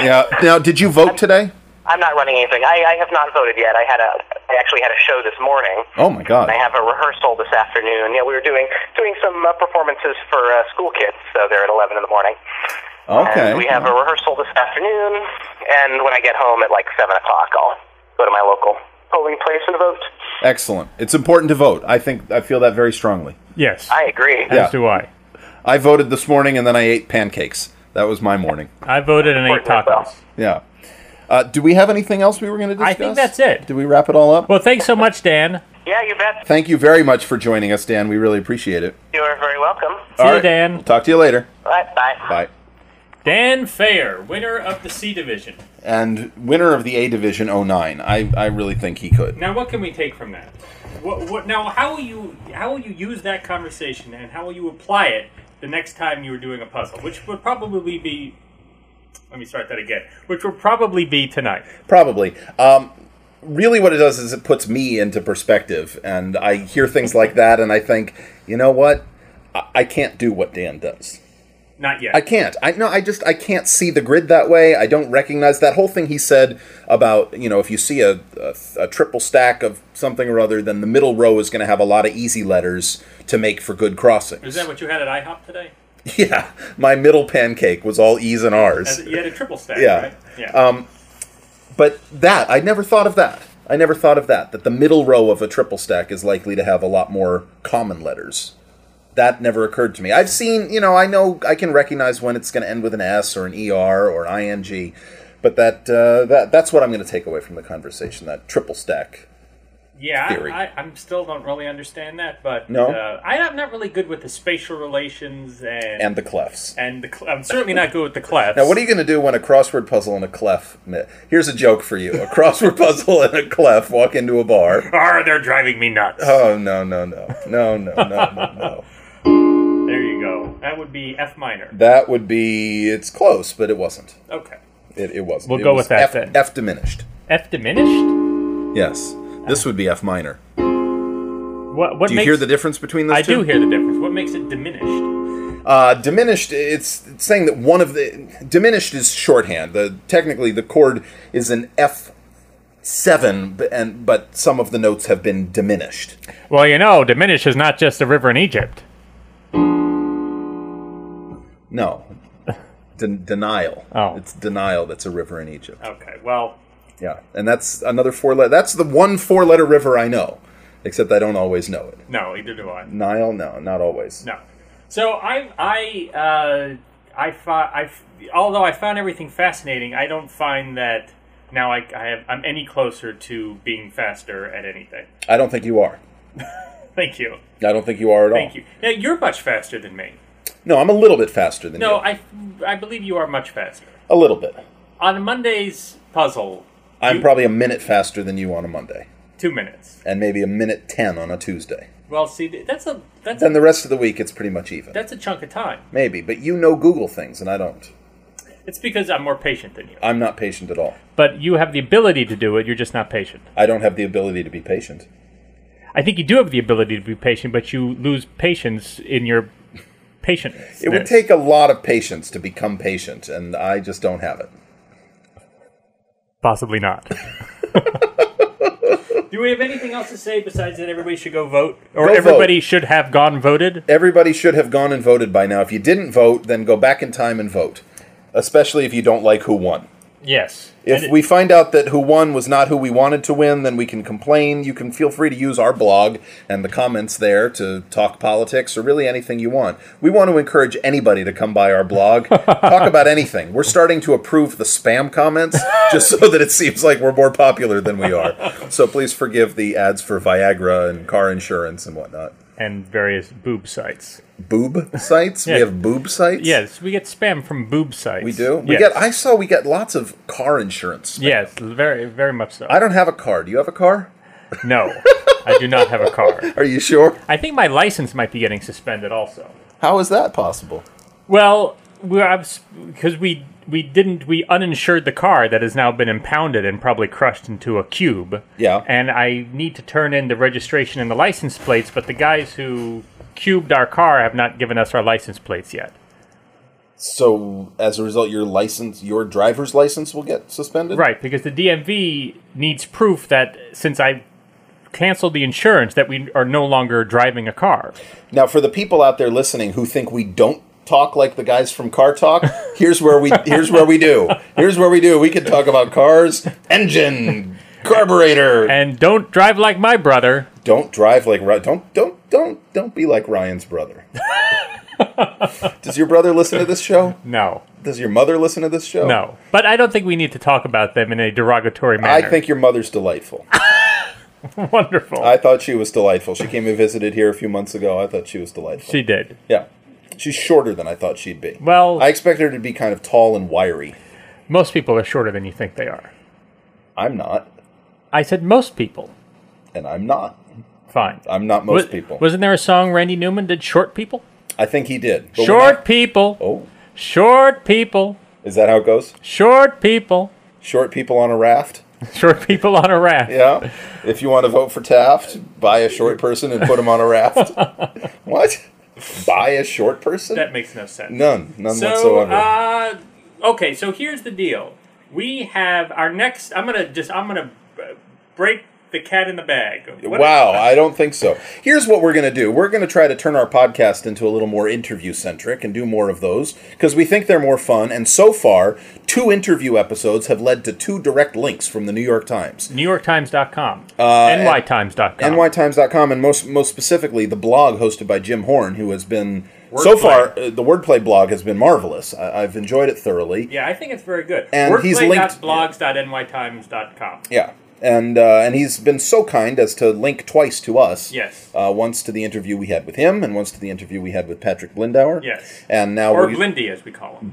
[SPEAKER 3] Yeah. Now, did you vote today?
[SPEAKER 4] I'm not running anything. I, I have not voted yet. I had a I actually had a show this morning.
[SPEAKER 3] Oh my God.
[SPEAKER 4] I have a rehearsal this afternoon. Yeah, we were doing doing some uh, performances for uh, school kids, so they're at 11 in the morning.
[SPEAKER 3] Okay.
[SPEAKER 4] And we have a rehearsal this afternoon, and when I get home at like 7 o'clock, I'll go to my local polling place and vote.
[SPEAKER 3] Excellent. It's important to vote. I think I feel that very strongly.
[SPEAKER 2] Yes.
[SPEAKER 4] I agree.
[SPEAKER 2] As do I.
[SPEAKER 3] I voted this morning and then I ate pancakes. That was my morning.
[SPEAKER 2] I voted and ate
[SPEAKER 4] Important as well.
[SPEAKER 2] tacos.
[SPEAKER 3] Yeah. Uh, do we have anything else we were going to discuss?
[SPEAKER 2] I think that's it.
[SPEAKER 3] Did we wrap it all up?
[SPEAKER 2] Well, thanks so much, Dan.
[SPEAKER 4] Yeah, you bet.
[SPEAKER 3] Thank you very much for joining us, Dan. We really appreciate it.
[SPEAKER 4] You are very welcome.
[SPEAKER 2] See
[SPEAKER 3] All
[SPEAKER 2] you,
[SPEAKER 3] right.
[SPEAKER 2] Dan.
[SPEAKER 3] Talk to you later.
[SPEAKER 4] All right, bye.
[SPEAKER 3] Bye.
[SPEAKER 2] Dan Fair, winner of the C division.
[SPEAKER 3] And winner of the A Division 09. I, I really think he could.
[SPEAKER 2] Now, what can we take from that? What, what, now, how will you how will you use that conversation, and how will you apply it the next time you are doing a puzzle, which would probably be. Let me start that again. Which would probably be tonight.
[SPEAKER 3] Probably. Um, really, what it does is it puts me into perspective. And I hear things like that and I think, you know what? I, I can't do what Dan does.
[SPEAKER 2] Not yet.
[SPEAKER 3] I can't. I no. I just I can't see the grid that way. I don't recognize that whole thing he said about you know if you see a a, a triple stack of something or other, then the middle row is going to have a lot of easy letters to make for good crossings.
[SPEAKER 2] Is that what you had at IHOP today?
[SPEAKER 3] yeah, my middle pancake was all E's and R's.
[SPEAKER 2] As, you had a triple stack,
[SPEAKER 3] Yeah. Um,
[SPEAKER 2] right? Yeah.
[SPEAKER 3] But that I never thought of that. I never thought of that. That the middle row of a triple stack is likely to have a lot more common letters. That never occurred to me. I've seen, you know, I know I can recognize when it's going to end with an S or an ER or an ING, but that uh, that that's what I'm going to take away from the conversation. That triple stack.
[SPEAKER 2] yeah,
[SPEAKER 3] theory.
[SPEAKER 2] I, I I'm still don't really understand that, but
[SPEAKER 3] No?
[SPEAKER 2] uh, I, I'm not really good with the spatial relations and
[SPEAKER 3] And the clefs.
[SPEAKER 2] and the cl- I'm certainly not good with the clefs.
[SPEAKER 3] Now, what are you going to do when a crossword puzzle and a clef? mi- Here's a joke for you: a crossword puzzle and a clef walk into a bar.
[SPEAKER 2] Arr, they're driving me nuts.
[SPEAKER 3] Oh no no no no no no no no!
[SPEAKER 2] There you go. That would be F minor.
[SPEAKER 3] That would be it's close, but it wasn't.
[SPEAKER 2] Okay.
[SPEAKER 3] It, it wasn't.
[SPEAKER 2] We'll
[SPEAKER 3] It
[SPEAKER 2] go
[SPEAKER 3] was
[SPEAKER 2] with that
[SPEAKER 3] F,
[SPEAKER 2] then.
[SPEAKER 3] F diminished.
[SPEAKER 2] F diminished.
[SPEAKER 3] Yes, this would be F minor.
[SPEAKER 2] What? What
[SPEAKER 3] Do you
[SPEAKER 2] makes?
[SPEAKER 3] hear the difference between those
[SPEAKER 2] I
[SPEAKER 3] two?
[SPEAKER 2] do hear the difference. What makes it diminished?
[SPEAKER 3] Uh, diminished. It's, it's saying that one of the diminished is shorthand. The technically the chord is an F seven, b- and but some of the notes have been diminished.
[SPEAKER 2] Well, you know, diminish is not just a river in Egypt.
[SPEAKER 3] No, Den- denial.
[SPEAKER 2] Oh.
[SPEAKER 3] it's denial that's a river in Egypt.
[SPEAKER 2] Okay. Well,
[SPEAKER 3] Yeah, and that's another four letter. That's the one four letter river I know, except I don't always know it.
[SPEAKER 2] no, either do I.
[SPEAKER 3] Nile, no, not always.
[SPEAKER 2] No. So I I uh, I fi- I f- although I found everything fascinating, I don't find that now I, I have I'm any closer to being faster at anything.
[SPEAKER 3] I don't think you are.
[SPEAKER 2] Thank you.
[SPEAKER 3] I don't think you are at all.
[SPEAKER 2] Thank you. Now you're much faster than me.
[SPEAKER 3] No, I'm a little bit faster than
[SPEAKER 2] No,
[SPEAKER 3] you.
[SPEAKER 2] I I believe you are much faster.
[SPEAKER 3] A little bit.
[SPEAKER 2] On Monday's puzzle,
[SPEAKER 3] I'm
[SPEAKER 2] You-
[SPEAKER 3] probably a minute faster than you on a Monday,
[SPEAKER 2] two minutes.
[SPEAKER 3] and maybe a minute ten on a Tuesday.
[SPEAKER 2] Well, see, th- that's a that's
[SPEAKER 3] Then
[SPEAKER 2] a,
[SPEAKER 3] the rest of the week, it's pretty much even.
[SPEAKER 2] that's a chunk of time.
[SPEAKER 3] Maybe, but you know Google things, and I don't.
[SPEAKER 2] It's because I'm more patient than you.
[SPEAKER 3] I'm not patient at all.
[SPEAKER 2] But you have the ability to do it. You're just not patient.
[SPEAKER 3] I don't have the ability to be patient.
[SPEAKER 2] I think you do have the ability to be patient, but you lose patience in your patience.
[SPEAKER 3] It would take a lot of patience to become patient, and I just don't have it.
[SPEAKER 2] possibly not. do we have anything else to say besides that everybody should go vote, or
[SPEAKER 3] Go
[SPEAKER 2] everybody should have gone voted?
[SPEAKER 3] Everybody should have gone and voted by now. If you didn't vote, then go back in time and vote, especially if you don't like who won.
[SPEAKER 2] Yes. And
[SPEAKER 3] If
[SPEAKER 2] it-
[SPEAKER 3] we find out that who won was not who we wanted to win, then we can complain. You can feel free to use our blog and the comments there to talk politics or really anything you want. We want to encourage anybody to come by our blog, talk about anything. We're starting to approve the spam comments just so that it seems like we're more popular than we are. So please forgive the ads for Viagra and car insurance and whatnot.
[SPEAKER 2] and various boob sites.
[SPEAKER 3] Boob sites?
[SPEAKER 2] Yeah.
[SPEAKER 3] We have boob sites?
[SPEAKER 2] Yes, we get spam from boob sites.
[SPEAKER 3] We do? We
[SPEAKER 2] yes.
[SPEAKER 3] get I saw we get lots of car insurance.
[SPEAKER 2] Yes, very, very much so.
[SPEAKER 3] I don't have a car. Do you have a car?
[SPEAKER 2] No, I do not have a car.
[SPEAKER 3] Are you sure?
[SPEAKER 2] I think my license might be getting suspended also.
[SPEAKER 3] How is that possible?
[SPEAKER 2] Well, because we we didn't we uninsured the car that has now been impounded and probably crushed into a cube.
[SPEAKER 3] Yeah.
[SPEAKER 2] And I need to turn in the registration and the license plates, but the guys who cubed our car have not given us our license plates yet.
[SPEAKER 3] So as a result, your license, your driver's license, will get suspended.
[SPEAKER 2] Right, because the DMV needs proof that since I canceled the insurance that we are no longer driving a car.
[SPEAKER 3] Now, for the people out there listening who think we don't talk like the guys from Car Talk, here's where we here's where we do. Here's where we do. We can talk about cars, engine, carburetor.
[SPEAKER 2] And don't drive like my brother.
[SPEAKER 3] don't drive like Ry- don't don't don't don't be like Ryan's brother. Does your brother listen to this show?
[SPEAKER 2] No.
[SPEAKER 3] Does your mother listen to this show?
[SPEAKER 2] No. But I don't think we need to talk about them in a derogatory
[SPEAKER 3] Oh. I
[SPEAKER 2] manner.
[SPEAKER 3] think your mother's delightful.
[SPEAKER 2] wonderful.
[SPEAKER 3] I thought she was delightful. She came and visited here a few months ago. I thought she was delightful.
[SPEAKER 2] she did.
[SPEAKER 3] yeah. She's shorter than I thought she'd be.
[SPEAKER 2] Well-
[SPEAKER 3] I expect her to be kind of tall and wiry.
[SPEAKER 2] Most people are shorter than you think they are.
[SPEAKER 3] I'm not,
[SPEAKER 2] I said most people.
[SPEAKER 3] and I'm not.
[SPEAKER 2] Fine.
[SPEAKER 3] I'm not Uh, most
[SPEAKER 2] Wa-
[SPEAKER 3] people.
[SPEAKER 2] Wasn't there a song Randy Newman did short people?
[SPEAKER 3] I think he did. But
[SPEAKER 2] short
[SPEAKER 3] when I-
[SPEAKER 2] people.
[SPEAKER 3] oh,
[SPEAKER 2] Short people.
[SPEAKER 3] is that how it goes?
[SPEAKER 2] Short people.
[SPEAKER 3] Short people on a raft.
[SPEAKER 2] Short people on a raft.
[SPEAKER 3] Yeah. if you want to vote for Taft, buy a short person and put him on a raft. what? Buy a short person?
[SPEAKER 2] That makes no sense.
[SPEAKER 3] none, none
[SPEAKER 2] So,
[SPEAKER 3] whatsoever.
[SPEAKER 2] uh, okay, so here's the deal. We have our next. I'm gonna just. I'm gonna uh, break the cat in the bag. What-
[SPEAKER 3] Wow, I don't think so. Here's what we're going to do. We're going to try to turn our podcast into a little more interview centric and do more of those because we think they're more fun. And so far, two interview episodes have led to two direct links from the New York Times.
[SPEAKER 2] NewYorkTimes.com. Uh, NYTimes.com.
[SPEAKER 3] NYTimes.com, and most most specifically, the blog hosted by Jim Horn, who has been so
[SPEAKER 2] Wordplay.
[SPEAKER 3] far uh, the wordplay blog has been marvelous. I, I've enjoyed it thoroughly.
[SPEAKER 2] Yeah, I think it's very good.
[SPEAKER 3] And he's linked-
[SPEAKER 2] Workplace.blogs.nytimes.com.
[SPEAKER 3] Yeah. And uh, and he's been so kind as to link twice to us.
[SPEAKER 2] Yes.
[SPEAKER 3] Uh, once to the interview we had with him, and once to the interview we had with Patrick Blindauer.
[SPEAKER 2] Yes.
[SPEAKER 3] And now
[SPEAKER 2] Or
[SPEAKER 3] we,
[SPEAKER 2] Blindy, as we call him.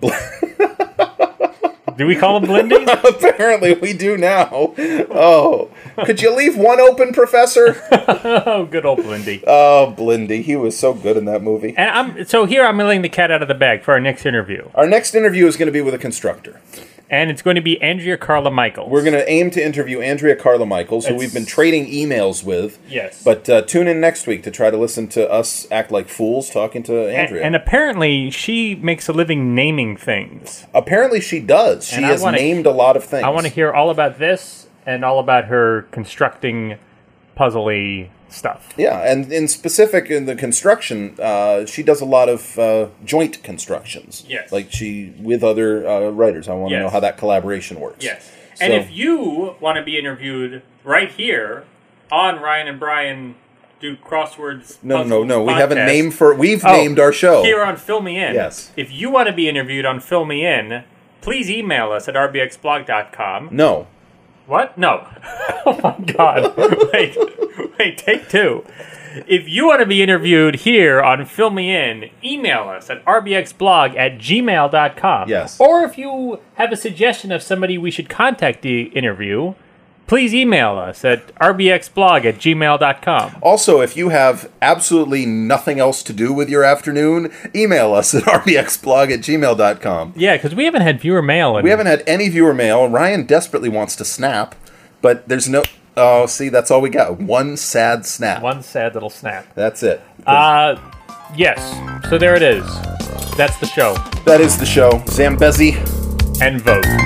[SPEAKER 2] Do we call him Blindy?
[SPEAKER 3] apparently we do now. Oh, could you leave one open, Professor?
[SPEAKER 2] oh, good old Blindy.
[SPEAKER 3] Oh, Blindy, he was so good in that movie.
[SPEAKER 2] and I'm so here. I'm letting the cat out of the bag for our next interview,
[SPEAKER 3] Our next interview is going to be with a constructor.
[SPEAKER 2] and it's going to be Andrea Carla Michaels.
[SPEAKER 3] We're going to aim to interview Andrea Carla Michaels, who
[SPEAKER 2] That's-
[SPEAKER 3] we've been trading emails with.
[SPEAKER 2] Yes.
[SPEAKER 3] But uh, tune in next week to try to listen to us act like fools talking to
[SPEAKER 2] and,
[SPEAKER 3] Andrea.
[SPEAKER 2] and apparently, she makes a living naming things.
[SPEAKER 3] Apparently, she does. She
[SPEAKER 2] And I
[SPEAKER 3] has
[SPEAKER 2] wanna-
[SPEAKER 3] named a lot of things.
[SPEAKER 2] I want to hear all about this and all about her constructing puzzly stuff.
[SPEAKER 3] Yeah, and in specific in the construction, uh, she does a lot of uh, joint constructions.
[SPEAKER 2] Yes.
[SPEAKER 3] Like she with other uh, writers. I want to
[SPEAKER 2] Yes.
[SPEAKER 3] know how that collaboration works.
[SPEAKER 2] And
[SPEAKER 3] So-
[SPEAKER 2] if you want to be interviewed right here on Ryan and Brian do crosswords.
[SPEAKER 3] No, no, no,
[SPEAKER 2] Puzzles
[SPEAKER 3] no. We have a
[SPEAKER 2] podcast-
[SPEAKER 3] name for. We've
[SPEAKER 2] Oh,
[SPEAKER 3] named our show.
[SPEAKER 2] here on Fill Me In.
[SPEAKER 3] Yes.
[SPEAKER 2] If you want to be interviewed on Fill Me In, please email us at rbxblog.com.
[SPEAKER 3] no.
[SPEAKER 2] What? No. oh my god. wait, wait, take two. If you want to be interviewed here on Fill Me In, email us at rbxblog at gmail.com.
[SPEAKER 3] Yes.
[SPEAKER 2] Or if you have a suggestion of somebody we should contact the interview, please email us at rbxblog at gmail.com.
[SPEAKER 3] Also, if you have absolutely nothing else to do with your afternoon, email us at rbxblog at gmail.com.
[SPEAKER 2] Yeah, because we haven't had viewer mail in
[SPEAKER 3] We haven't had any viewer mail. Ryan desperately wants to snap, but there's no. Oh, see, that's all we got. One sad snap.
[SPEAKER 2] one sad little snap.
[SPEAKER 3] That's it.
[SPEAKER 2] Uh, yes. So there it is. That's the show.
[SPEAKER 3] that is the show. Zambezi.
[SPEAKER 2] And vote.